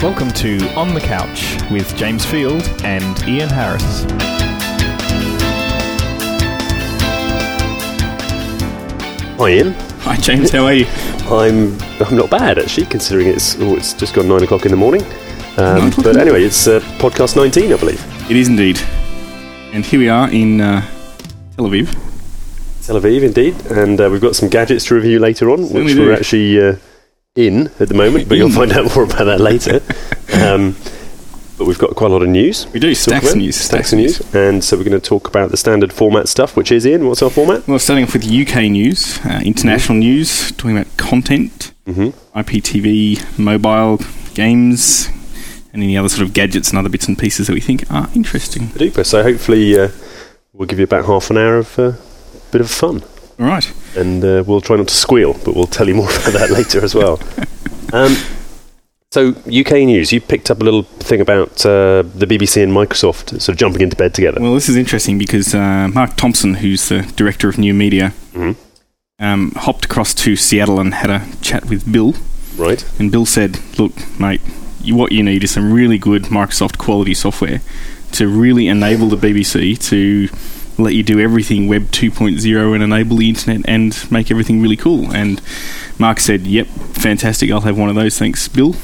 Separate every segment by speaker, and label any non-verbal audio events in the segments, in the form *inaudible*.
Speaker 1: Welcome to On the Couch with James Field and Ian Harris.
Speaker 2: Hi Ian.
Speaker 1: Hi, James. How are you?
Speaker 2: I'm I'm not bad actually, considering it's oh, it's just gone nine o'clock in the morning.
Speaker 1: *laughs*
Speaker 2: Um, but anyway, it's uh, podcast 19, I believe.
Speaker 1: It is indeed. And here we are in uh, Tel Aviv.
Speaker 2: Tel Aviv, indeed, and uh, we've got some gadgets to review later on,
Speaker 1: Certainly
Speaker 2: which
Speaker 1: do.
Speaker 2: we're actually uh, in at the moment. But you'll
Speaker 1: In.
Speaker 2: find out more about
Speaker 1: *laughs*
Speaker 2: that later. um, but we've got quite a lot of news.
Speaker 1: We do
Speaker 2: to talk
Speaker 1: stacks
Speaker 2: about.
Speaker 1: of news,
Speaker 2: stacks of news, and so we're going to talk about the standard format stuff, which is Ian. What's our format?
Speaker 1: Well, starting off with UK news, uh, international
Speaker 2: Mm-hmm.
Speaker 1: news, talking about content,
Speaker 2: Mhm.
Speaker 1: IPTV, mobile, games, and any other sort of gadgets and other bits and pieces that we think are interesting.
Speaker 2: Duper. So hopefully uh, we'll give you about half an hour of uh, bit of fun.
Speaker 1: All right.
Speaker 2: and uh, we'll try not to squeal, but we'll tell you more *laughs* about that later
Speaker 1: *laughs*
Speaker 2: as well. Um, so, UK news, you picked up a little thing about uh, the BBC and Microsoft sort of jumping into bed together.
Speaker 1: Well, this is interesting because uh, Mark Thompson, who's the director of new media,
Speaker 2: Mhm.
Speaker 1: um, hopped across to Seattle and had a chat with Bill.
Speaker 2: Right?
Speaker 1: And Bill said, "Look, mate, you, what you need is some really good Microsoft quality software to really enable the BBC to let you do everything Web 2.0 and enable the internet and make everything really cool." And Mark said, "Yep, fantastic. I'll have one of those. Thanks, Bill."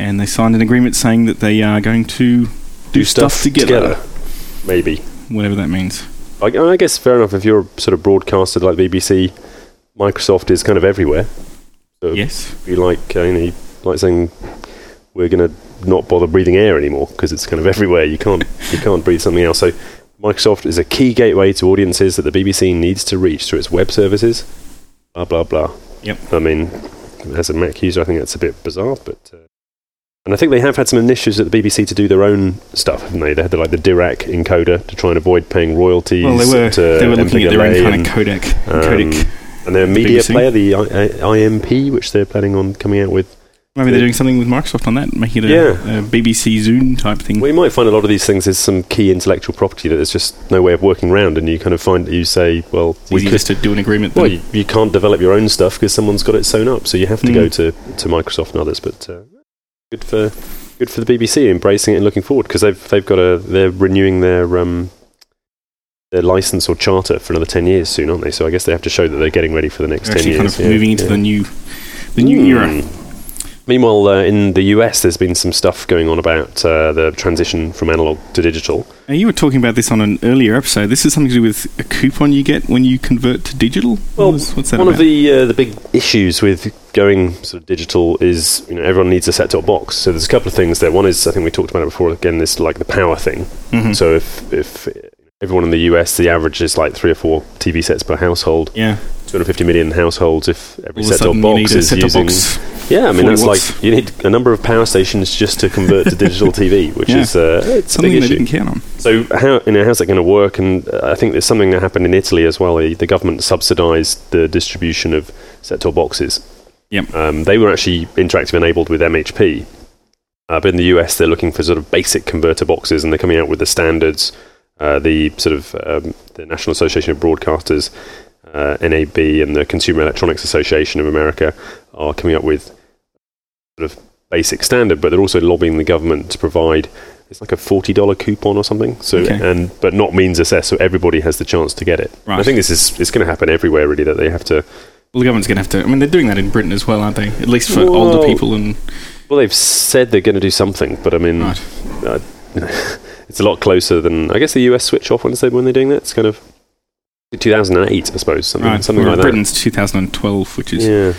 Speaker 1: And they signed an agreement saying that they are going to do, stuff, together,
Speaker 2: Maybe.
Speaker 1: whatever that means.
Speaker 2: I, I guess fair enough if you're a sort of broadcaster like BBC, Microsoft is kind of everywhere. So
Speaker 1: Yes.
Speaker 2: it'd be like, uh, you know, you- like saying we're going to not bother breathing air anymore because it's kind of *laughs* everywhere. You can't you can't breathe something else. So Microsoft is a key gateway to audiences that the BBC needs to reach through its web services. Blah blah blah.
Speaker 1: Yep.
Speaker 2: I mean, as a Mac user, I think that's a bit bizarre, but. Uh, and I think they have had some initiatives at the BBC to do their own stuff, haven't they? They had the, like the Dirac encoder to try and avoid paying royalties.
Speaker 1: Well, they were
Speaker 2: to
Speaker 1: they were looking at their own
Speaker 2: MPLA
Speaker 1: kind
Speaker 2: and-
Speaker 1: of codec.
Speaker 2: um,
Speaker 1: codec.
Speaker 2: and their media
Speaker 1: BBC.
Speaker 2: player, the I, I, IMP, which they're planning on coming out with.
Speaker 1: Maybe they're doing something with Microsoft on that, making it a,
Speaker 2: Yeah.
Speaker 1: a BBC Zoom type thing.
Speaker 2: Well, you might find a lot of these things is some key intellectual property that there's just no way of working around, and you kind of find that you say, well,
Speaker 1: It's
Speaker 2: we
Speaker 1: easy
Speaker 2: could,
Speaker 1: just to do an agreement.
Speaker 2: *laughs* well
Speaker 1: then.
Speaker 2: you, you can't develop your own stuff because someone's got it sewn up, so you have to
Speaker 1: Mm.
Speaker 2: go to, to Microsoft and others. But uh, good for good for the BBC embracing it and looking forward because they've they've got a they're renewing their um their license or charter for another ten years soon, aren't they? So I guess they have to show that they're getting ready for the next
Speaker 1: They're
Speaker 2: ten
Speaker 1: actually
Speaker 2: years.
Speaker 1: kind of
Speaker 2: Yeah,
Speaker 1: moving into
Speaker 2: yeah.
Speaker 1: the new, the new era.
Speaker 2: Hmm. Meanwhile, uh, in the US, there's been some stuff going on about uh, the transition from analog to digital.
Speaker 1: Now, you were talking about this on an earlier episode. This is something to do with a coupon you get when you convert to digital.
Speaker 2: Well,
Speaker 1: What was- what's that
Speaker 2: One
Speaker 1: about?
Speaker 2: of the uh, the big issues with going sort of digital is you know everyone needs a set-top box. So there's a couple of things there. One is I think we talked about it before. Again, this like the power thing.
Speaker 1: Mhm.
Speaker 2: So if if everyone in the US, the average is like three or four TV sets per household.
Speaker 1: yeah,
Speaker 2: 250 million households. If every
Speaker 1: all of a
Speaker 2: set-top
Speaker 1: sudden you
Speaker 2: box
Speaker 1: need a
Speaker 2: is
Speaker 1: set-top
Speaker 2: using
Speaker 1: box.
Speaker 2: Yeah, I mean
Speaker 1: 40
Speaker 2: that's
Speaker 1: watts.
Speaker 2: like you need a number of power stations just to convert to
Speaker 1: *laughs*
Speaker 2: digital TV, which
Speaker 1: Yeah.
Speaker 2: is uh, it's a
Speaker 1: Something
Speaker 2: big
Speaker 1: they
Speaker 2: issue.
Speaker 1: didn't count on.
Speaker 2: So how you know how's that going to work? And uh, I think there's something that happened in Italy as well. The the government subsidised the distribution of set-top boxes.
Speaker 1: Yep.
Speaker 2: Um, they were actually interactive enabled with MHP, uh, but in the US they're looking for sort of basic converter boxes, and they're coming out with the standards. Uh, the sort of um, the National Association of Broadcasters, uh, NAB, and the Consumer Electronics Association of America are coming up with sort of basic standard, but they're also lobbying the government to provide it's like a forty dollar coupon or something. So
Speaker 1: Okay.
Speaker 2: and but not means assessed, so everybody has the chance to get it.
Speaker 1: Right.
Speaker 2: I think this is it's going to happen everywhere really that they have to.
Speaker 1: Well, the government's going to have to. I mean, they're doing that in Britain as well, aren't they? At least for older
Speaker 2: Well,
Speaker 1: people and
Speaker 2: Well, they've said they're going to do something, but I mean,
Speaker 1: right.
Speaker 2: uh, it's a lot closer than I guess the US switch off when they when they're doing that. It's kind of two thousand and eight, I suppose, something
Speaker 1: right.
Speaker 2: something
Speaker 1: Well,
Speaker 2: like that.
Speaker 1: Britain's 2012, which is
Speaker 2: Yeah.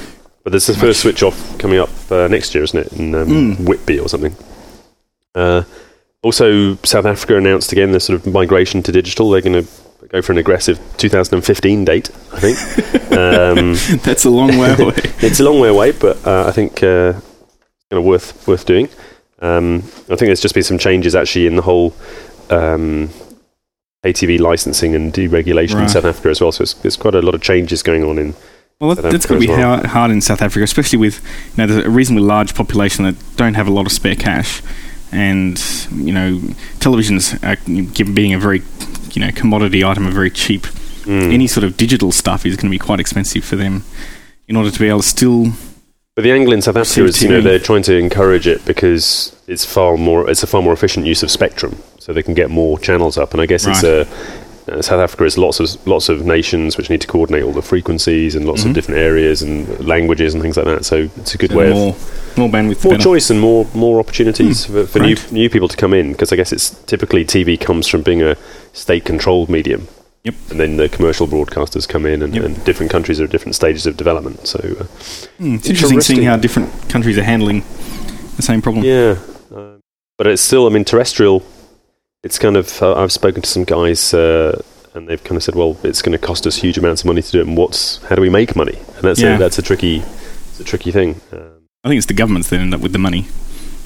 Speaker 2: But there's the
Speaker 1: Much.
Speaker 2: first switch off coming up uh, next year, isn't it? In um,
Speaker 1: Mm.
Speaker 2: Whitby or something. Uh, also, South Africa announced again their sort of migration to digital. They're going to go for an aggressive 2015 date, I think.
Speaker 1: *laughs*
Speaker 2: um,
Speaker 1: that's a long
Speaker 2: *laughs*
Speaker 1: way away.
Speaker 2: it's a long way away, but uh, I think uh, it's kind of worth worth doing. Um, I think there's just been some changes actually in the whole um, ATV licensing and deregulation in
Speaker 1: Right.
Speaker 2: South Africa as well. So it's, there's quite a lot of changes going on in.
Speaker 1: Well, that,
Speaker 2: South
Speaker 1: that's going to
Speaker 2: Africa
Speaker 1: be
Speaker 2: as well.
Speaker 1: har- hard in South Africa, especially with you know there's a reasonably large population that don't have a lot of spare cash, and you know televisions are, given being a very you know commodity item, are very cheap.
Speaker 2: Mm.
Speaker 1: Any sort of digital stuff is going to be quite expensive for them. In order to be able to still
Speaker 2: But the angle in South Africa is, you know,
Speaker 1: TV.
Speaker 2: they're trying to encourage it because it's far more, it's a far more efficient use of spectrum, so they can get more channels up. And I guess it's a uh, South Africa is lots of lots of nations which need to coordinate all the frequencies and lots of different areas and languages and things like that. So it's a good
Speaker 1: Mm-hmm. So
Speaker 2: way of
Speaker 1: more, more bandwidth.
Speaker 2: more
Speaker 1: better.
Speaker 2: choice and more more opportunities
Speaker 1: Hmm.
Speaker 2: for, for new
Speaker 1: great.
Speaker 2: new people to come in because I guess it's typically TV comes from being a state controlled medium.
Speaker 1: Yep.
Speaker 2: And then the commercial broadcasters come in, and,
Speaker 1: Yep.
Speaker 2: and different countries are at different stages of development. So, uh,
Speaker 1: Mm, it's interesting seeing
Speaker 2: Interesting.
Speaker 1: how different countries are handling the same problem.
Speaker 2: yeah. Um, but it's still, I mean, terrestrial, it's kind of, uh, I've spoken to some guys, uh, and they've kind of said, well, it's going to cost us huge amounts of money to do it, and what's, how do we make money? And that's,
Speaker 1: Yeah.
Speaker 2: a, that's a tricky, it's a tricky thing. Um,
Speaker 1: I think it's the governments that end up with the money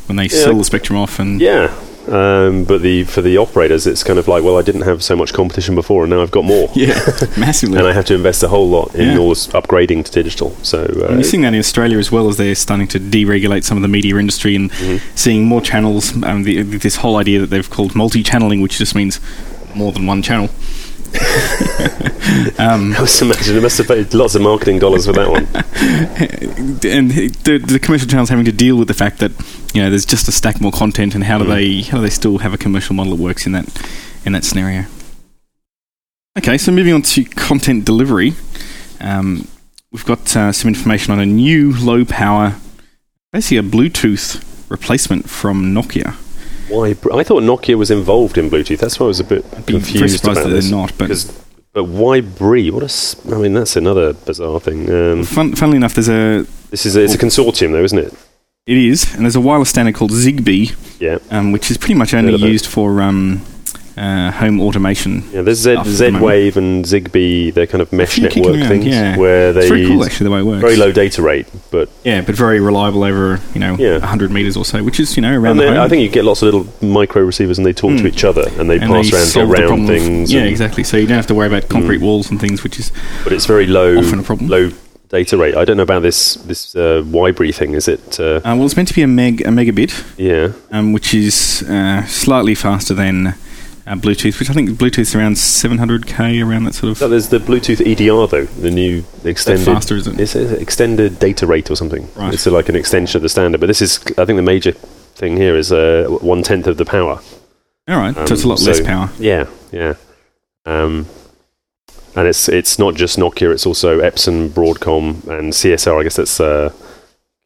Speaker 1: when they sell the spectrum off and
Speaker 2: Yeah, um, but the for the operators, it's kind of like, well, I didn't have so much competition before, and now I've got more,
Speaker 1: *laughs* yeah,
Speaker 2: *laughs*
Speaker 1: massively.
Speaker 2: and I have to invest a whole lot in
Speaker 1: Yeah.
Speaker 2: all this upgrading to digital. So uh,
Speaker 1: And you're seeing that in Australia as well as they're starting to deregulate some of the media industry and seeing more channels. Um, the, this whole idea that they've called multi-channeling, which just means more than one channel. um,
Speaker 2: *laughs* I was imagining I must have paid lots of marketing dollars for
Speaker 1: *laughs*
Speaker 2: that one.
Speaker 1: and the, the commercial channels having to deal with the fact that you know there's just a stack more content, and how do they how do they still have a commercial model that works in that in that scenario? Okay, so moving on to content delivery, um, we've got uh, some information on a new low power, basically a Bluetooth replacement from Nokia.
Speaker 2: Why? br- I thought Nokia was involved in Bluetooth. That's why I was a bit
Speaker 1: Be very
Speaker 2: confused
Speaker 1: surprised
Speaker 2: about
Speaker 1: that
Speaker 2: this.
Speaker 1: they're not, but
Speaker 2: 'Cause- but why Brie? What a! s- I mean, that's another bizarre thing. Um,
Speaker 1: fun, funnily enough, there's a
Speaker 2: this is a, it's a consortium, though, isn't it?
Speaker 1: it is, and there's a wireless standard called Zigbee,
Speaker 2: Yeah,
Speaker 1: um, which is pretty much only
Speaker 2: Heard of it.
Speaker 1: used for um, uh, home automation
Speaker 2: yeah. There's Z,
Speaker 1: Stuff at the
Speaker 2: Z Wave and Zigbee. They're kind of mesh
Speaker 1: few kicking
Speaker 2: network
Speaker 1: around,
Speaker 2: things
Speaker 1: yeah.
Speaker 2: where they
Speaker 1: It's very cool,
Speaker 2: use
Speaker 1: actually, the way it works.
Speaker 2: very low data rate, but
Speaker 1: Yeah, but very reliable over, you know,
Speaker 2: Yeah.
Speaker 1: 100 metres or so, which is, you know, around
Speaker 2: And
Speaker 1: the
Speaker 2: then
Speaker 1: home. Hmm.
Speaker 2: I think you get lots of little micro receivers, and they talk to each other, and they
Speaker 1: and
Speaker 2: pass
Speaker 1: they solve
Speaker 2: around
Speaker 1: the
Speaker 2: to round
Speaker 1: problem of-
Speaker 2: things.
Speaker 1: yeah,
Speaker 2: and- Mm.
Speaker 1: exactly. So you don't have to worry about concrete walls and things, which is
Speaker 2: But it's very low,
Speaker 1: Often a problem.
Speaker 2: low data rate. I don't know about this this uh, Wibri thing. Is it? Uh,
Speaker 1: uh, well, it's meant to be a meg a megabit,
Speaker 2: yeah,
Speaker 1: um, which is uh, slightly faster than uh, Bluetooth, which I think Bluetooth's around 700k, around that sort
Speaker 2: so
Speaker 1: of
Speaker 2: there's the Bluetooth EDR though, the new extended.
Speaker 1: faster, is it?
Speaker 2: It's it's extended data rate or something.
Speaker 1: Right.
Speaker 2: It's like an extension of the standard. But this is, I think, the major thing here is uh, one tenth of the power.
Speaker 1: All right, so it's a
Speaker 2: Um,
Speaker 1: lot less
Speaker 2: so-
Speaker 1: power.
Speaker 2: Yeah, yeah. Um, and it's it's not just Nokia; it's also Epson, Broadcom, and CSR. I guess that's uh,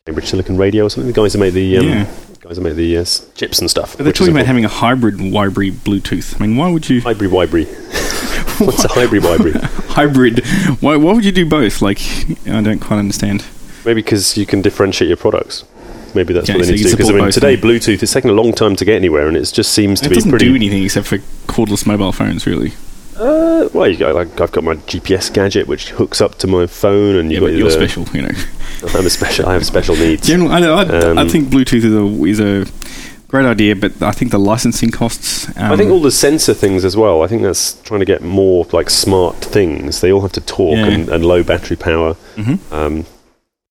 Speaker 2: Cambridge Silicon Radio or something. The guys who make the um,
Speaker 1: Yeah.
Speaker 2: guys who make the uh, s- chips and stuff.
Speaker 1: But they're talking about having a hybrid Wibry Bluetooth. I mean, why would you
Speaker 2: hybrid Wibri.
Speaker 1: *laughs*
Speaker 2: What's a hybrid Wibri?
Speaker 1: hybrid? Why, why would you do both? Like, I don't quite understand.
Speaker 2: Maybe because you can differentiate your products. Maybe that's
Speaker 1: Okay,
Speaker 2: what
Speaker 1: so
Speaker 2: they need
Speaker 1: you
Speaker 2: to do. Because I
Speaker 1: support
Speaker 2: mean,
Speaker 1: both,
Speaker 2: today
Speaker 1: yeah.
Speaker 2: Bluetooth it's taken a long time to get anywhere, and it just seems to
Speaker 1: It
Speaker 2: be
Speaker 1: doesn't
Speaker 2: pretty.
Speaker 1: do anything except for cordless mobile phones, really.
Speaker 2: uh, well, you got, like, I've got my GPS gadget which hooks up to my phone, and
Speaker 1: Yeah,
Speaker 2: you've
Speaker 1: but
Speaker 2: got
Speaker 1: you're
Speaker 2: the-
Speaker 1: special, you know.
Speaker 2: *laughs* I'm a special. I have special needs.
Speaker 1: General, I, I, I
Speaker 2: Um,
Speaker 1: think Bluetooth is a, is a great idea, but I think the licensing costs. Um,
Speaker 2: I think all the sensor things as well. I think that's trying to get more like smart things. They all have to talk
Speaker 1: Yeah.
Speaker 2: and, and low battery power.
Speaker 1: Mhm.
Speaker 2: Um,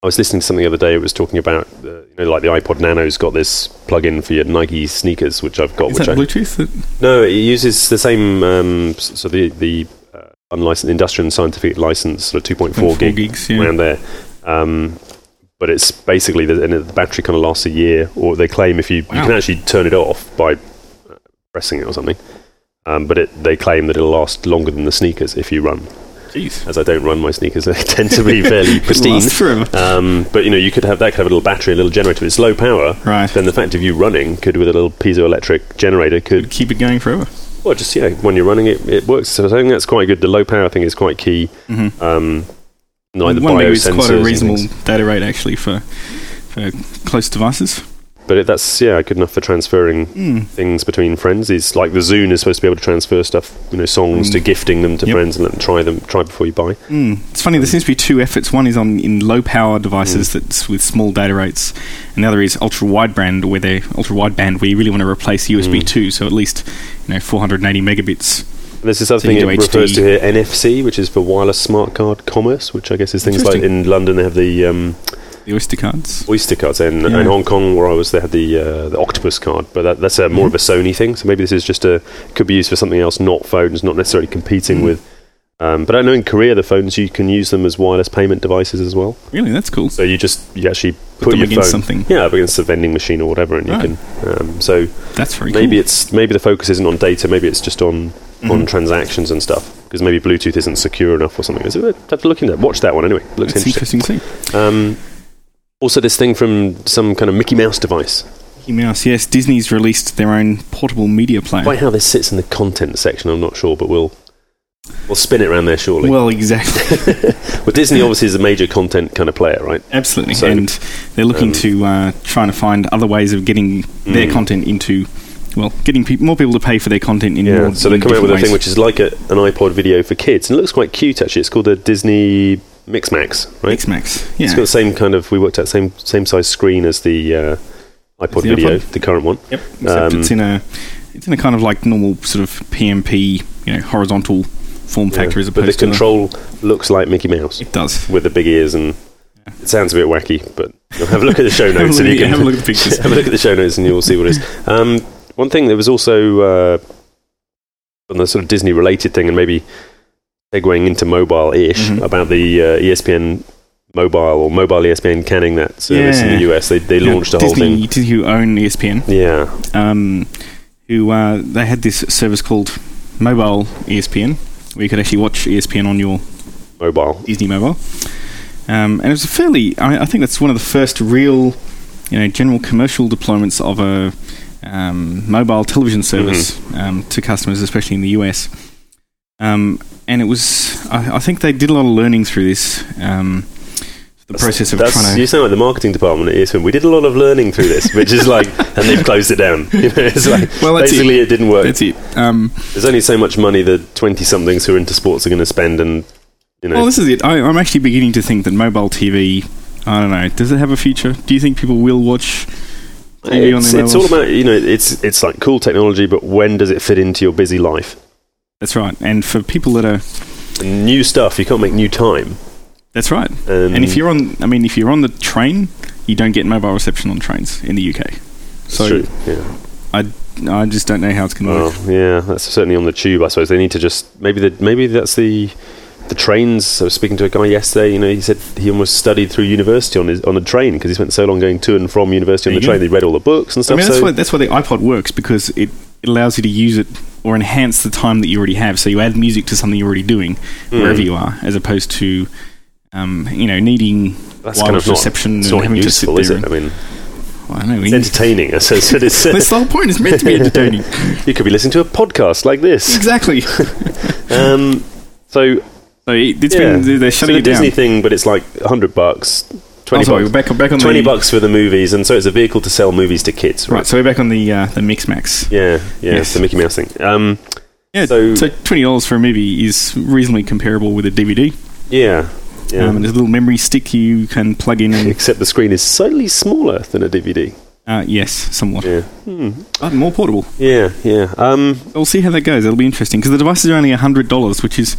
Speaker 2: I was listening to something the other day. It was talking about uh, you know like the iPod Nano's got this plug-in for your Nike sneakers, which I've got.
Speaker 1: is
Speaker 2: which
Speaker 1: that
Speaker 2: I,
Speaker 1: Bluetooth? That-
Speaker 2: no, it uses the same. Um, s- so the the uh, unlicensed industrial and scientific license, sort of two point four
Speaker 1: 4
Speaker 2: gig
Speaker 1: gigs, yeah.
Speaker 2: around there. Um, but it's basically the, and the battery kind of lasts a year, or they claim if you you
Speaker 1: Wow.
Speaker 2: can actually turn it off by uh, pressing it or something. Um, but it, they claim that it'll last longer than the sneakers if you run.
Speaker 1: Jeez.
Speaker 2: As I don't run my sneakers, *laughs* they tend to be
Speaker 1: *laughs*
Speaker 2: fairly pristine.
Speaker 1: lasts forever.
Speaker 2: Um, but you know, you could have that could have a little battery, a little generator. It's low power.
Speaker 1: Right.
Speaker 2: Then the fact of you running could, with a little piezoelectric generator, could
Speaker 1: Keep it going forever.
Speaker 2: well, just yeah, when you're running it, it works. So I think that's quite good. The low power thing is quite key. Um, like the
Speaker 1: Mm-hmm. One megabit is
Speaker 2: biosensors
Speaker 1: quite a
Speaker 2: and
Speaker 1: reasonable
Speaker 2: things.
Speaker 1: data rate actually for for close devices.
Speaker 2: but it, that's yeah, good enough for transferring
Speaker 1: Mm.
Speaker 2: things between friends. It's like the Zune is supposed to be able to transfer stuff, you know, songs to gifting them to
Speaker 1: Mm. Yep. Mm.
Speaker 2: friends and let them try them, try before you buy.
Speaker 1: It's funny. There seems to be two efforts. One is on in low power devices
Speaker 2: Mm.
Speaker 1: that's with small data rates, and the other is ultra wideband, where they ultra wideband, where you really want to replace
Speaker 2: Mm.
Speaker 1: USB two, so at least you know 480 megabits.
Speaker 2: And there's this other
Speaker 1: So
Speaker 2: thing
Speaker 1: you
Speaker 2: it
Speaker 1: do
Speaker 2: refers
Speaker 1: HD.
Speaker 2: to here, NFC, which is for wireless smart card commerce, which I guess is things like
Speaker 1: Interesting.
Speaker 2: in London they have the um,
Speaker 1: The Oyster cards.
Speaker 2: Oyster cards, and
Speaker 1: Yeah.
Speaker 2: in Hong Kong where I was, they had the uh, the Octopus card, but that, that's a, more
Speaker 1: Mm-hmm. Mm-hmm.
Speaker 2: of a Sony thing. So maybe this is just a could be used for something else, not phones, not necessarily competing with Um, but I know in Korea the phones you can use them as wireless payment devices as well.
Speaker 1: Really, that's cool.
Speaker 2: So you just you actually put,
Speaker 1: them
Speaker 2: your
Speaker 1: against
Speaker 2: phone
Speaker 1: something.
Speaker 2: yeah up against a vending machine or whatever, and
Speaker 1: Right.
Speaker 2: you can. Um, so
Speaker 1: That's very
Speaker 2: maybe
Speaker 1: cool.
Speaker 2: it's maybe the focus isn't on data. Maybe it's just on
Speaker 1: Mm-hmm.
Speaker 2: on transactions and stuff because maybe Bluetooth isn't secure enough or something. So have to look into that. Watch that one anyway. It looks
Speaker 1: That's
Speaker 2: interesting.
Speaker 1: interesting thing.
Speaker 2: Um, also, this thing from some kind of Mickey Mouse device.
Speaker 1: Mickey Mouse. Yes, Disney's released their own portable media player.
Speaker 2: Quite how this sits in the content section, I'm not sure, but we'll we'll spin it around there shortly. Well,
Speaker 1: Well, exactly, *laughs*
Speaker 2: Disney obviously is a major content kind of player, right?
Speaker 1: absolutely,
Speaker 2: So,
Speaker 1: and they're looking
Speaker 2: um,
Speaker 1: to uh, trying to find other ways of getting their
Speaker 2: Mm.
Speaker 1: content into, well, getting peop more people to pay for their content in more.
Speaker 2: So they
Speaker 1: in
Speaker 2: come out with
Speaker 1: different
Speaker 2: a
Speaker 1: ways.
Speaker 2: thing which is like a, an iPod video for kids, and it looks quite cute actually. It's called a Disney Mix Max, right?
Speaker 1: X-Max. Yeah,
Speaker 2: It's got the same kind of we worked out same same size screen as the uh, iPod
Speaker 1: the
Speaker 2: video,
Speaker 1: iPod?
Speaker 2: the current one.
Speaker 1: Yep. Except
Speaker 2: Um,
Speaker 1: it's in a it's in a kind of like normal sort of PMP, you know, horizontal form factor
Speaker 2: Yeah.
Speaker 1: as
Speaker 2: but the
Speaker 1: opposed to
Speaker 2: control looks like Mickey Mouse
Speaker 1: the, it does.
Speaker 2: with the big ears, and it sounds a bit wacky. But you'll have a look at the show
Speaker 1: *laughs* Have a
Speaker 2: notes, and
Speaker 1: look
Speaker 2: you
Speaker 1: at-
Speaker 2: can
Speaker 1: have a look at the pictures.
Speaker 2: *laughs* have a look at the show notes, and you'll see what it is. Um, one thing there was also uh, on the sort of Disney related thing, and maybe segueing into mobile ish
Speaker 1: Mhm.
Speaker 2: about the uh, ESPN mobile or mobile E ESPN canning that service in the
Speaker 1: Yeah.
Speaker 2: US. They they
Speaker 1: You know,
Speaker 2: launched a whole
Speaker 1: Disney,
Speaker 2: thing.
Speaker 1: Disney who own E ESPN,
Speaker 2: Yeah,
Speaker 1: um, who uh, they had this service called Mobile E ESPN, where you could actually watch E ESPN on your
Speaker 2: mobile.
Speaker 1: Disney Mobile. Um, and it was a fairly, I, I think that's one of the first real, you know, general commercial deployments of a um, mobile television
Speaker 2: Mm-hmm.
Speaker 1: service um, to customers, especially in the US. Um, and it was, I, I think they did a lot of learning through this. Um, the process of
Speaker 2: That's-
Speaker 1: trying to.
Speaker 2: You sound like the marketing department at E ESPN. We did a lot of learning through this, which is like, and they've closed it down. *laughs* You know, it's like,
Speaker 1: Well, that's it.
Speaker 2: basically, it. didn't work.
Speaker 1: That's it. Um,
Speaker 2: There's only so much money the 20 somethings who are into sports are going to spend, and you know,
Speaker 1: well, this is it. I, I'm actually beginning to think that mobile TV. I don't know. Does it have a future? Do you think people will watch TV on
Speaker 2: it's,
Speaker 1: their
Speaker 2: it's all
Speaker 1: mobiles?
Speaker 2: about you know, it's it's like cool technology, but when does it fit into your busy life?
Speaker 1: That's right. And for people that are,
Speaker 2: And new stuff, you can't make new time.
Speaker 1: that's right.
Speaker 2: And,
Speaker 1: And if you're on, I mean, if you're on the train, you don't get mobile reception on trains in the UK.
Speaker 2: it's
Speaker 1: so-
Speaker 2: true. yeah,
Speaker 1: I just don't know how it's going to work.
Speaker 2: well, yeah, that's certainly on the tube. I suppose they need to just maybe the maybe that's the. The trains. I was speaking to a guy yesterday. You know, he said he almost studied through university on his on a train because he spent so long going to and from university on
Speaker 1: There
Speaker 2: the
Speaker 1: you go.
Speaker 2: train. They read all the books
Speaker 1: I
Speaker 2: and stuff.
Speaker 1: mean, that's
Speaker 2: so
Speaker 1: why that's why the iPod works because it, it allows you to use it or enhance the time that you already have. So you add music to something you're already doing
Speaker 2: Hmm.
Speaker 1: wherever you are, as opposed to, um, you know, needing
Speaker 2: that's
Speaker 1: wireless
Speaker 2: kind of not,
Speaker 1: reception
Speaker 2: it's
Speaker 1: and
Speaker 2: not
Speaker 1: having
Speaker 2: useful,
Speaker 1: to
Speaker 2: is
Speaker 1: sit there.
Speaker 2: it? I mean,
Speaker 1: And, well, I know.
Speaker 2: it's
Speaker 1: we-
Speaker 2: entertaining. I suppose *laughs* it is.
Speaker 1: That's the whole point. It's meant
Speaker 2: *laughs*
Speaker 1: to be entertaining.
Speaker 2: You could be listening to a podcast like this. *laughs*
Speaker 1: exactly.
Speaker 2: Um, so
Speaker 1: So it, it's
Speaker 2: yeah,
Speaker 1: been they're- they're
Speaker 2: it's
Speaker 1: shutting
Speaker 2: a
Speaker 1: it down.
Speaker 2: Disney thing, but it's like hundred bucks,
Speaker 1: Oh,
Speaker 2: twenty
Speaker 1: sorry, we're
Speaker 2: bucks,
Speaker 1: back, back on
Speaker 2: twenty
Speaker 1: the,
Speaker 2: bucks for the movies, and so it's a vehicle to sell movies to kids, right?
Speaker 1: Right, so we're back on the uh, the Mix Max.
Speaker 2: Yeah, yeah,
Speaker 1: Yes.
Speaker 2: it's the Mickey Mouse thing. Um,
Speaker 1: Yeah,
Speaker 2: So-
Speaker 1: so, twenty dollars for a movie is reasonably comparable with a DVD.
Speaker 2: yeah, yeah.
Speaker 1: Um, and there's a little memory stick you can plug in, and
Speaker 2: Except the screen is slightly smaller than a DVD.
Speaker 1: uh, yes, somewhat,
Speaker 2: Yeah, hmm.
Speaker 1: but more portable.
Speaker 2: yeah, yeah. Um,
Speaker 1: We'll see how that goes. It'll be interesting because the devices are only hundred dollars, which is,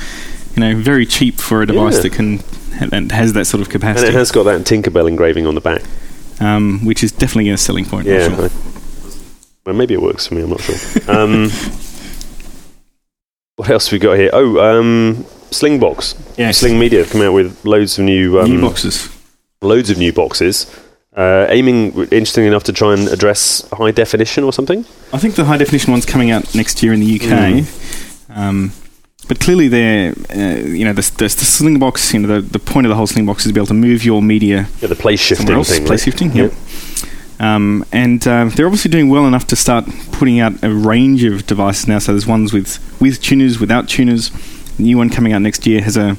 Speaker 1: you know, very cheap for a device
Speaker 2: Yeah.
Speaker 1: that can and has that sort of
Speaker 2: and it
Speaker 1: capacity,
Speaker 2: has got that Tinkerbell engraving on the back.
Speaker 1: um, which is definitely a selling point. I'm
Speaker 2: Yeah.
Speaker 1: sure.
Speaker 2: I- well, maybe it works for me. I'm not sure.
Speaker 1: *laughs*
Speaker 2: Um, what else we got here? Oh, um, Slingbox.
Speaker 1: Yes.
Speaker 2: Sling Media have come out with loads of new, um,
Speaker 1: new boxes.
Speaker 2: loads of new boxes. Uh, aiming, interestingly enough, to try and address high definition or something.
Speaker 1: I think the high definition one's coming out next year in the UK.
Speaker 2: Mm.
Speaker 1: Um, but clearly, they're uh, you know the, the, the sling box. You know the, the point of the whole sling box is to be able to move your media
Speaker 2: Yeah, the place shifting
Speaker 1: somewhere else,
Speaker 2: thing.
Speaker 1: place
Speaker 2: right?
Speaker 1: shifting. Yep. Um, and uh, they're obviously doing well enough to start putting out a range of devices now. So there's ones with with tuners, without tuners. The new one coming out next year has a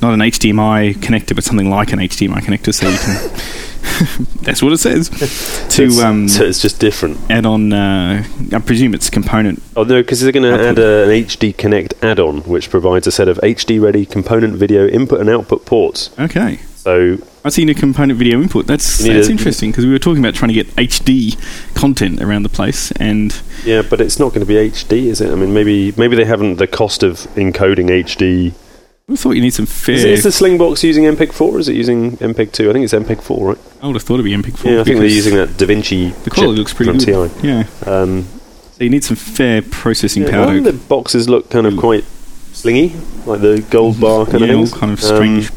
Speaker 1: not an HDMI connector, but something like an HDMI connector, so you can. *laughs* that's what it
Speaker 2: *laughs*
Speaker 1: says.
Speaker 2: So,
Speaker 1: To
Speaker 2: it's,
Speaker 1: um,
Speaker 2: so it's just different.
Speaker 1: add on, uh, I presume it's component
Speaker 2: Oh no, because they're going to add a, an HD Connect add-on, which provides a set of HD-ready component video input and output ports.
Speaker 1: Okay.
Speaker 2: So
Speaker 1: I see a component video input. That's
Speaker 2: You need
Speaker 1: that's
Speaker 2: a-
Speaker 1: interesting because we were talking about trying to get HD content around the place, and
Speaker 2: Yeah, but it's not going to be HD, is it? I mean, maybe maybe they haven't the cost of encoding HD.
Speaker 1: we thought you need some fair.
Speaker 2: Is, is the Slingbox using MPEG-4 or is it using MPEG-2? I think it's MPEG-4, right?
Speaker 1: I would have thought it'd be MPEG four.
Speaker 2: yeah, I think they're
Speaker 1: because
Speaker 2: using that DaVinci
Speaker 1: The quality
Speaker 2: chip
Speaker 1: looks pretty
Speaker 2: from
Speaker 1: good.
Speaker 2: TI.
Speaker 1: Yeah,
Speaker 2: Um,
Speaker 1: so you need some fair processing
Speaker 2: yeah,
Speaker 1: power
Speaker 2: why do
Speaker 1: to
Speaker 2: the boxes look kind of quite slingy, like the gold bar kind
Speaker 1: Mm-hmm. yeah,
Speaker 2: of
Speaker 1: all
Speaker 2: things.
Speaker 1: kind of
Speaker 2: Um,
Speaker 1: strange.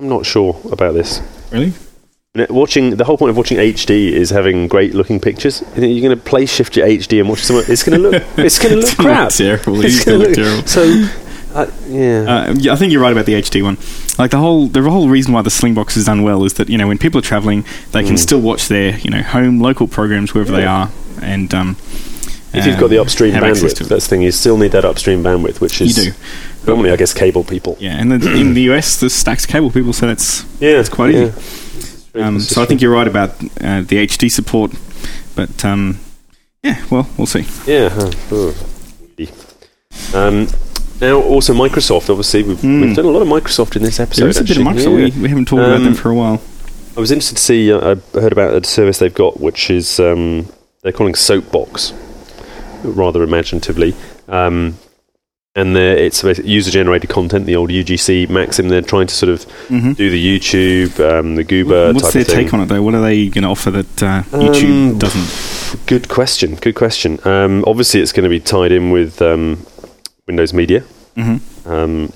Speaker 2: I'm not sure about this.
Speaker 1: really?
Speaker 2: You know, Watching the whole point of watching HD is having great looking pictures. You know, You're going to play shift your HD and watch someone. It's going to look.
Speaker 1: *laughs*
Speaker 2: It's going to
Speaker 1: It's
Speaker 2: look
Speaker 1: gonna
Speaker 2: crap.
Speaker 1: terrible.
Speaker 2: It's
Speaker 1: It's
Speaker 2: gonna
Speaker 1: going to look
Speaker 2: look-
Speaker 1: terrible.
Speaker 2: So, uh, yeah,
Speaker 1: Uh, yeah, I think you're right about the HD one. Like the whole the whole reason why the Slingbox is done well is that you know when people are traveling, they can
Speaker 2: Mm.
Speaker 1: still watch their you know home local programs wherever they are,
Speaker 2: Yeah.
Speaker 1: and um,
Speaker 2: if you've got
Speaker 1: um,
Speaker 2: the upstream
Speaker 1: have access
Speaker 2: bandwidth,
Speaker 1: to it.
Speaker 2: that's the thing. You still need that upstream bandwidth, which
Speaker 1: you
Speaker 2: is
Speaker 1: do.
Speaker 2: normally, I guess, cable people.
Speaker 1: Yeah, and then in the US, there's stacks cable people, so that's
Speaker 2: Yeah,
Speaker 1: it's quite
Speaker 2: yeah.
Speaker 1: easy. Um, so I think you're right about uh, the HD support, but um, yeah, well, we'll see.
Speaker 2: Yeah. huh, oh. Um, now, also Microsoft. Obviously, we've,
Speaker 1: Hmm.
Speaker 2: we've done a lot of Microsoft in this episode.
Speaker 1: There is a bit of
Speaker 2: actually.
Speaker 1: Microsoft.
Speaker 2: Yeah.
Speaker 1: We, we haven't talked about them
Speaker 2: Um,
Speaker 1: for a while.
Speaker 2: I was interested to see. Uh, I heard about a service they've got, which is um, they're calling Soapbox, rather imaginatively, um, and they're- it's user generated content. The old UGC maxim. They're trying to sort of
Speaker 1: hmm
Speaker 2: do the YouTube, um, the Goober
Speaker 1: What's
Speaker 2: type
Speaker 1: their
Speaker 2: of thing.
Speaker 1: take on it though? What are they going to offer that uh, YouTube
Speaker 2: Um,
Speaker 1: doesn't?
Speaker 2: Good question. Good question. Um, obviously, it's going to be tied in with um, Windows Media.
Speaker 1: Mhm.
Speaker 2: um,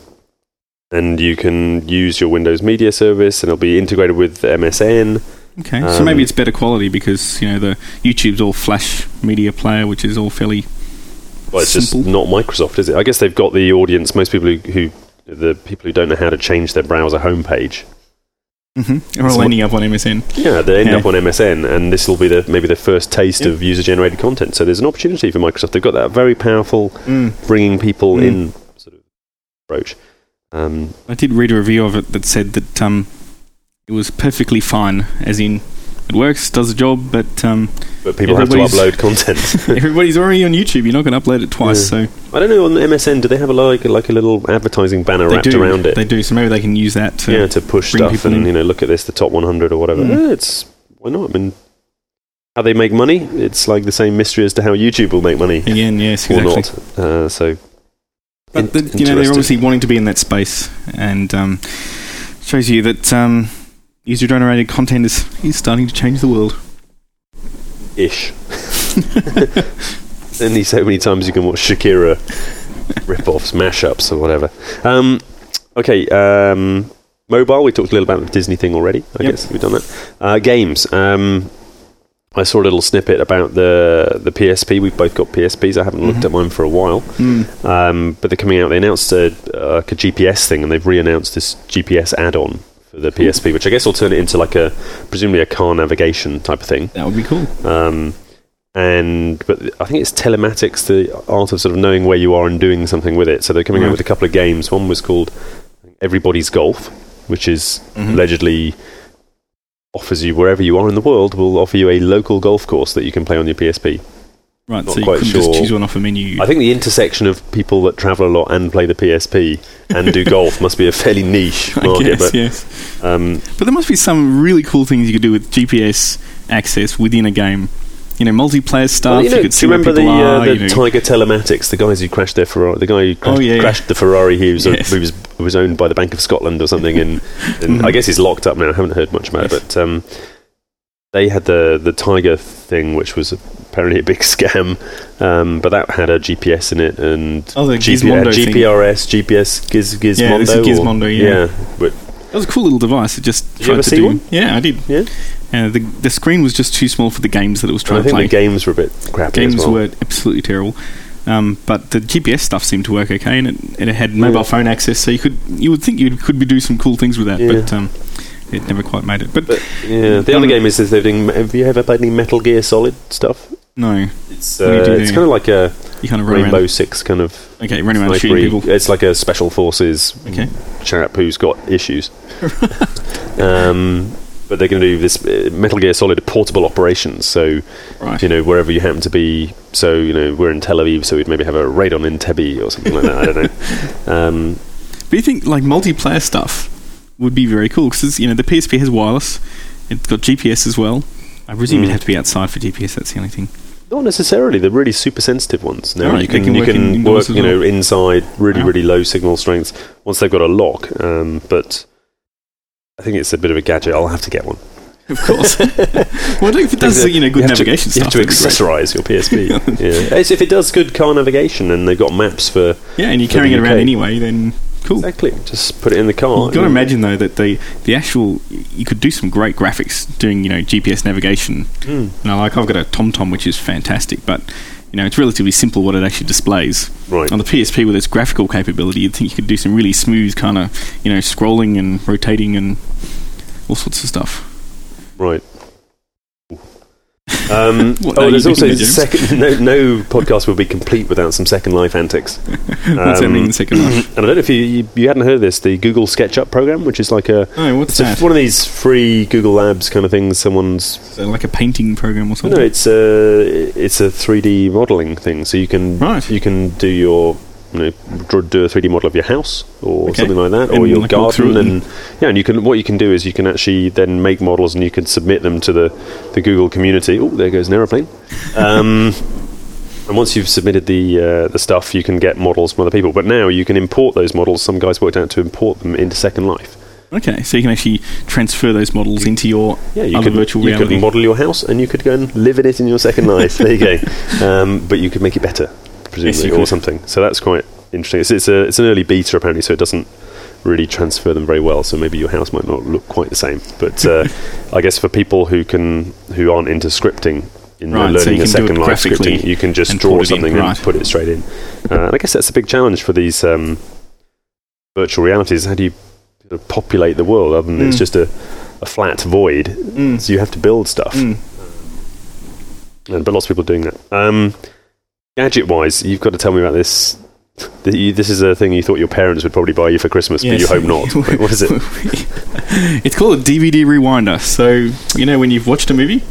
Speaker 2: and you can use your Windows Media service, and it'll be integrated with MSN.
Speaker 1: Okay, so
Speaker 2: um,
Speaker 1: maybe it's better quality because you know the YouTube's all Flash Media Player, which is all fairly
Speaker 2: Well, it's just
Speaker 1: Simple.
Speaker 2: not Microsoft, is it? I guess they've got the audience. Most people who, who the people who don't know how to change their browser homepage,
Speaker 1: mm-hmm. all
Speaker 2: So-
Speaker 1: ending up on MSN.
Speaker 2: yeah, they end
Speaker 1: Yeah.
Speaker 2: up on MSN, and this will be the maybe the first taste
Speaker 1: Yeah.
Speaker 2: of user-generated content. So there's an opportunity for Microsoft. They've got that very powerful bringing people
Speaker 1: Mm.
Speaker 2: in sort of approach. Um,
Speaker 1: I did read a review of it that said that um, it was perfectly fine, as in it works, does the job, but um,
Speaker 2: but people have to
Speaker 1: Everybody's-
Speaker 2: upload content.
Speaker 1: *laughs* everybody's already on YouTube. You're not going to upload it twice, so
Speaker 2: I don't know on MSN. Do they have a like like a little advertising banner
Speaker 1: they
Speaker 2: wrapped
Speaker 1: do.
Speaker 2: around it?
Speaker 1: They do. So maybe they can use that to
Speaker 2: yeah, to push
Speaker 1: bring
Speaker 2: stuff
Speaker 1: people
Speaker 2: and
Speaker 1: in.
Speaker 2: you know look at this the top 100 or whatever
Speaker 1: Mm.
Speaker 2: Yeah, it's why not i mean how they make money it's like the same mystery as to how youtube will make money
Speaker 1: again. Yes,
Speaker 2: or
Speaker 1: exactly.
Speaker 2: not uh, so
Speaker 1: But the, you
Speaker 2: In-
Speaker 1: know they're
Speaker 2: interesting.
Speaker 1: obviously wanting to be in that space, and um, shows you that um, user-generated content is, is starting to change the world.
Speaker 2: ish *laughs* only so many times you can watch shakira rip-offs mashups or whatever um, okay um, mobile we talked a little about the disney thing already i
Speaker 1: Yep.
Speaker 2: guess we've done that uh, games um, I saw a little snippet about the the PSP. We've both got PSPs. I haven't looked
Speaker 1: Mhm.
Speaker 2: at mine for a while.
Speaker 1: Hmm.
Speaker 2: Um, but they're coming out. They announced a, uh, like a GPS thing, and they've re-announced this GPS add-on for the PSP, which I guess will turn it into like a presumably a car navigation type of thing.
Speaker 1: That would be cool.
Speaker 2: Um, and but I think it's telematics, the art of sort of knowing where you are and doing something with it. So they're coming out
Speaker 1: Right.
Speaker 2: with a couple of games. One was called Everybody's Golf, which is
Speaker 1: Mhm.
Speaker 2: allegedly offers you wherever you are in the world will offer you a local golf course that you can play on your PSP.
Speaker 1: Right,
Speaker 2: Not
Speaker 1: so you
Speaker 2: quite
Speaker 1: couldn't just
Speaker 2: sure.
Speaker 1: choose one off a menu.
Speaker 2: I think the intersection of people that travel a lot and play the PSP
Speaker 1: *laughs*
Speaker 2: and do golf must be a fairly niche
Speaker 1: I
Speaker 2: market.
Speaker 1: guess,
Speaker 2: but
Speaker 1: yes.
Speaker 2: um,
Speaker 1: But there must be some really cool things you could do with GPS access within a game. You know, multiplayer stuff.
Speaker 2: well,
Speaker 1: you,
Speaker 2: you know,
Speaker 1: could
Speaker 2: do
Speaker 1: see
Speaker 2: you remember
Speaker 1: where
Speaker 2: the,
Speaker 1: people
Speaker 2: uh,
Speaker 1: are.
Speaker 2: the
Speaker 1: you know. Oh,
Speaker 2: Tiger Telematics, the guys who crashed their Ferrari, the guy who crashed,
Speaker 1: yeah, yeah.
Speaker 2: crashed the Ferrari he was,
Speaker 1: Yes. Mm-hmm.
Speaker 2: who was who was owned by the Bank of Scotland or something, and, and I guess he's locked up now. I haven't heard much about it, but um, they had the the Tiger thing, which was apparently a big *laughs* scam, um, but that had a GPS in it and
Speaker 1: Oh, the
Speaker 2: GP-
Speaker 1: Gizmondo thing.
Speaker 2: GPRS, GPS, Giz, Gizmondo,
Speaker 1: Yeah, this is
Speaker 2: or-
Speaker 1: Gizmondo, yeah.
Speaker 2: but
Speaker 1: That was a cool little device. It just
Speaker 2: Did you
Speaker 1: tried
Speaker 2: ever
Speaker 1: to
Speaker 2: see
Speaker 1: do.
Speaker 2: one?
Speaker 1: Yeah, I did.
Speaker 2: Yeah?
Speaker 1: Uh, the the screen was just too small for the games that it was
Speaker 2: I
Speaker 1: trying to
Speaker 2: think
Speaker 1: play.
Speaker 2: the games were a bit crappy.
Speaker 1: games
Speaker 2: as well.
Speaker 1: were absolutely terrible. Um, but the GPS stuff seemed to work okay, and it, and it had mobile
Speaker 2: Yeah.
Speaker 1: phone access, so you could you would think you could be do some cool things with that,
Speaker 2: Yeah.
Speaker 1: but um, it never quite made it. But,
Speaker 2: But yeah, the
Speaker 1: Mm.
Speaker 2: other game is they're doing. Have you ever played any Metal Gear Solid stuff?
Speaker 1: no,
Speaker 2: It's
Speaker 1: What do you
Speaker 2: uh,
Speaker 1: do
Speaker 2: it's
Speaker 1: there?
Speaker 2: kind of like a
Speaker 1: you kind of run
Speaker 2: Rainbow
Speaker 1: around.
Speaker 2: Six kind of
Speaker 1: Okay, run around shooting
Speaker 2: snipery-
Speaker 1: people.
Speaker 2: It's like a special forces
Speaker 1: Okay.
Speaker 2: chap who's got issues.
Speaker 1: *laughs*
Speaker 2: um, but they're going to do this uh, Metal Gear Solid portable operations. So
Speaker 1: Right.
Speaker 2: you know wherever you happen to be. So you know we're in Tel Aviv, so we'd maybe have a raid on Entebbe or something like that. I
Speaker 1: *laughs*
Speaker 2: don't know. Um,
Speaker 1: But you think like multiplayer stuff would be very cool because you know the PSP has wireless, it's got GPS as well. I presume
Speaker 2: Mm.
Speaker 1: you'd have to be outside for GPS. That's the only thing.
Speaker 2: Not necessarily. The really super sensitive ones. Now
Speaker 1: Alright,
Speaker 2: you
Speaker 1: they
Speaker 2: can,
Speaker 1: can
Speaker 2: you
Speaker 1: work
Speaker 2: can
Speaker 1: in
Speaker 2: work,
Speaker 1: indoors as
Speaker 2: you know, inside really
Speaker 1: Wow.
Speaker 2: really low signal strength once they've got a lock. Um, but I think it's a bit of a gadget. I'll have to get one.
Speaker 1: *laughs* of
Speaker 2: *laughs*
Speaker 1: course. well, if it does,
Speaker 2: Things that
Speaker 1: you know, good
Speaker 2: have to-
Speaker 1: navigation
Speaker 2: You
Speaker 1: stuff.
Speaker 2: have to
Speaker 1: that'd be great.
Speaker 2: accessorize your
Speaker 1: *laughs*
Speaker 2: PSP. yeah. As if it does good car navigation and they've got maps for
Speaker 1: Yeah, and you're
Speaker 2: for the
Speaker 1: carrying it around
Speaker 2: UK.
Speaker 1: anyway, then cool.
Speaker 2: exactly, just put it in the car.
Speaker 1: You've got to imagine though that the the actual you could do some great graphics doing you know GPS navigation.
Speaker 2: Mm.
Speaker 1: You know, like I've got a TomTom which is fantastic, but you know it's relatively simple what it actually displays.
Speaker 2: Right.
Speaker 1: On the PSP with its graphical capability, you'd think you could do some really smooth kind of you know scrolling and rotating and all sorts of stuff. *laughs*
Speaker 2: Right. Um,
Speaker 1: What are
Speaker 2: oh,
Speaker 1: you
Speaker 2: there's also
Speaker 1: thinking there, James?
Speaker 2: second. No, no podcast would be complete without some Second
Speaker 1: *laughs*
Speaker 2: Life antics.
Speaker 1: What's
Speaker 2: Um,
Speaker 1: happening in Second
Speaker 2: *coughs*
Speaker 1: Life?
Speaker 2: And I don't know if you, you you hadn't heard of this, the Google SketchUp program, which is like a
Speaker 1: Oh, what's
Speaker 2: it's a-
Speaker 1: that?
Speaker 2: one of these free Google Labs kind of things. Someone's
Speaker 1: Is that like a painting program or
Speaker 2: no,
Speaker 1: something?
Speaker 2: it's a it's a 3D modeling thing. So you can
Speaker 1: Right.
Speaker 2: you can do your you know draw, do a 3D model of your house or
Speaker 1: Okay.
Speaker 2: something like that,
Speaker 1: And,
Speaker 2: or your
Speaker 1: like, walk through
Speaker 2: garden,
Speaker 1: it
Speaker 2: and yeah, and you can what you can do is you can actually then make models and you can submit them to the the Google community. Oh, there goes an aeroplane. Um, *laughs* And once you've submitted the uh, the stuff, you can get models from other people. But now you can import those models. Some guys worked out to import them into Second Life.
Speaker 1: Okay, so you can actually transfer those models into your
Speaker 2: Yeah, you
Speaker 1: other
Speaker 2: could
Speaker 1: virtual
Speaker 2: you
Speaker 1: reality.
Speaker 2: could model your house and you could go and live in it in your second life. there
Speaker 1: *laughs*
Speaker 2: you go. Um, but you could make it better, presumably,
Speaker 1: you
Speaker 2: or
Speaker 1: could.
Speaker 2: something. So that's quite interesting. It's, it's a it's an early beta apparently, so it doesn't really transfer them very well. So maybe your house might not look quite the same.
Speaker 1: *laughs*
Speaker 2: But uh, I guess for people who can who aren't into scripting. In
Speaker 1: Right, so
Speaker 2: learning
Speaker 1: you
Speaker 2: a
Speaker 1: can do it
Speaker 2: second life
Speaker 1: graphically
Speaker 2: scripting, you can just
Speaker 1: and
Speaker 2: draw
Speaker 1: put it in,
Speaker 2: something and
Speaker 1: right.
Speaker 2: put it straight in. Uh, and I guess that's a big challenge for these um, virtual realities. How do you sort of populate the world other than it's
Speaker 1: Mm.
Speaker 2: just a, a flat void?
Speaker 1: Mm.
Speaker 2: So you have to build stuff. Um,
Speaker 1: Mm.
Speaker 2: And, but lots of people are doing that. Um, gadget wise, you've got to tell me about this. Th- you- This is a thing you thought your parents would probably buy you for Christmas, but you
Speaker 1: Yes. *laughs*
Speaker 2: hope not. Like, what is it?
Speaker 1: it's called a DVD rewinder. So, you know, when you've watched a movie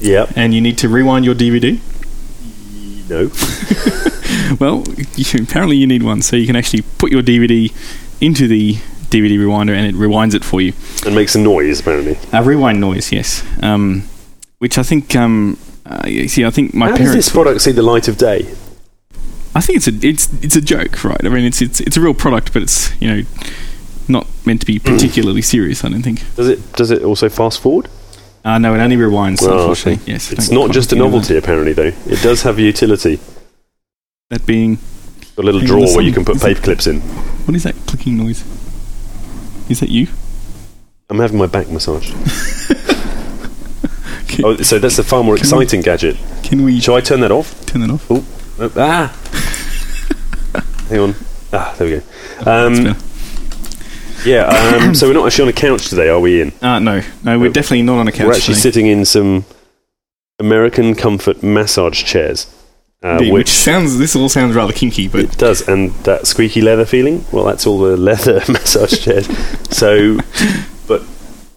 Speaker 2: Yeah.
Speaker 1: and you need to rewind your DVD,
Speaker 2: No.
Speaker 1: well, *laughs* you, apparently you need one. So you can actually put your DVD into the DVD rewinder and it rewinds it for you.
Speaker 2: And makes a noise, apparently.
Speaker 1: A rewind noise, yes. Um, which I think, um, uh, you see, I think my
Speaker 2: How does
Speaker 1: parents.
Speaker 2: this product see the light of day?
Speaker 1: I think it's a it's it's a joke, right? I mean, it's it's it's a real product, but it's you know not meant to be particularly serious. I don't think.
Speaker 2: Does it Does it also fast forward?
Speaker 1: Uh, no, it only rewinds.
Speaker 2: Well,
Speaker 1: unfortunately,
Speaker 2: okay.
Speaker 1: yes.
Speaker 2: It's
Speaker 1: don't
Speaker 2: not just a
Speaker 1: comment on
Speaker 2: novelty, apparently, though. It does have a utility.
Speaker 1: That, that being,
Speaker 2: A
Speaker 1: Hang
Speaker 2: little
Speaker 1: on,
Speaker 2: drawer
Speaker 1: there's
Speaker 2: where you can
Speaker 1: some-
Speaker 2: put
Speaker 1: there's
Speaker 2: paper clips in.
Speaker 1: what is that clicking noise? Is that you?
Speaker 2: I'm having my
Speaker 1: *laughs*
Speaker 2: back massaged.
Speaker 1: Can,
Speaker 2: Oh, so that's a far more
Speaker 1: Can we-
Speaker 2: exciting gadget.
Speaker 1: can we
Speaker 2: Shall I turn that off?
Speaker 1: turn that off?
Speaker 2: Uh,
Speaker 1: *laughs*
Speaker 2: ah! Hang on. Ah, there we go. Um,
Speaker 1: That's
Speaker 2: yeah,
Speaker 1: *clears throat*
Speaker 2: um, so we're not actually on a couch today, are we, Ian?
Speaker 1: Ah, no, no, we're
Speaker 2: We're-
Speaker 1: definitely not on a couch.
Speaker 2: we're actually
Speaker 1: today.
Speaker 2: sitting in some American Comfort massage chairs, uh,
Speaker 1: Indeed, which
Speaker 2: which
Speaker 1: sounds this all sounds rather kinky, but
Speaker 2: it does, and that squeaky leather feeling. Well, that's all the *laughs* leather massage chairs. So, but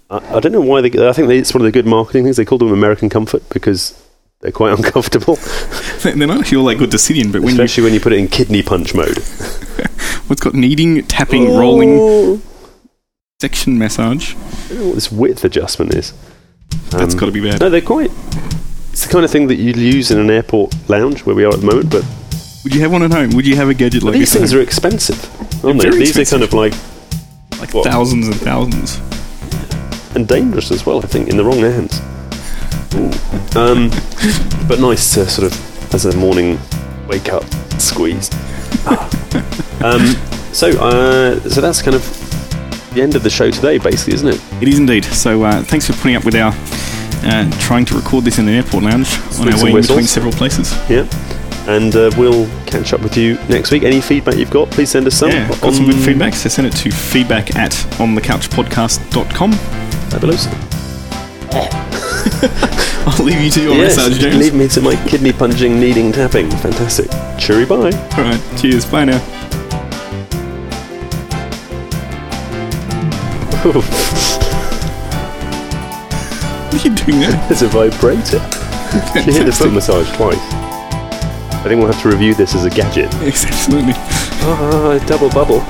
Speaker 2: I, I don't know why they. I think they, it's one of the good marketing things. They call them American Comfort because they're quite *laughs* uncomfortable,
Speaker 1: *laughs* they're not actually all that good to sit in. But when you
Speaker 2: especially when you put it in kidney punch mode.
Speaker 1: what's got kneading, tapping, rolling,
Speaker 2: Oh,
Speaker 1: section massage,
Speaker 2: I don't know what this width adjustment is.
Speaker 1: that's
Speaker 2: Um,
Speaker 1: got to be bad.
Speaker 2: No, they're quite. It's the kind of thing that you'd use in an airport lounge where we are at the moment, but
Speaker 1: Would you have one at home? Would you have a gadget like
Speaker 2: these
Speaker 1: this? at
Speaker 2: things
Speaker 1: home?
Speaker 2: are expensive, aren't they?
Speaker 1: very
Speaker 2: These are kind of like.
Speaker 1: like
Speaker 2: what?
Speaker 1: thousands and thousands.
Speaker 2: and dangerous as well, I think, in the wrong hands. Ooh. Um, but nice to sort of, as a morning wake up squeeze. Ah. um, so, uh, so that's kind of the end of the show today, basically, isn't it?
Speaker 1: It is indeed. So uh, thanks for putting up with our uh, trying to record this in an airport lounge on
Speaker 2: and
Speaker 1: our way in between
Speaker 2: whistles.
Speaker 1: several places.
Speaker 2: Yeah. And uh, we'll catch up with you next week. Any feedback you've got, please send us some.
Speaker 1: Yeah, got some good feedback, so send it to feedback at onthecouchpodcast.com.
Speaker 2: Fabulous.
Speaker 1: I'll leave you to your
Speaker 2: Yes,
Speaker 1: massage, James.
Speaker 2: leave me to my kidney punching, kneading, tapping. Fantastic. Cheery bye. *laughs*
Speaker 1: All right, cheers. Bye now. What are you doing
Speaker 2: *laughs*
Speaker 1: now?
Speaker 2: It's a vibrator. you hit the foot massage twice. I think we'll have to review this as a gadget.
Speaker 1: Yes, absolutely.
Speaker 2: Ah, double bubble.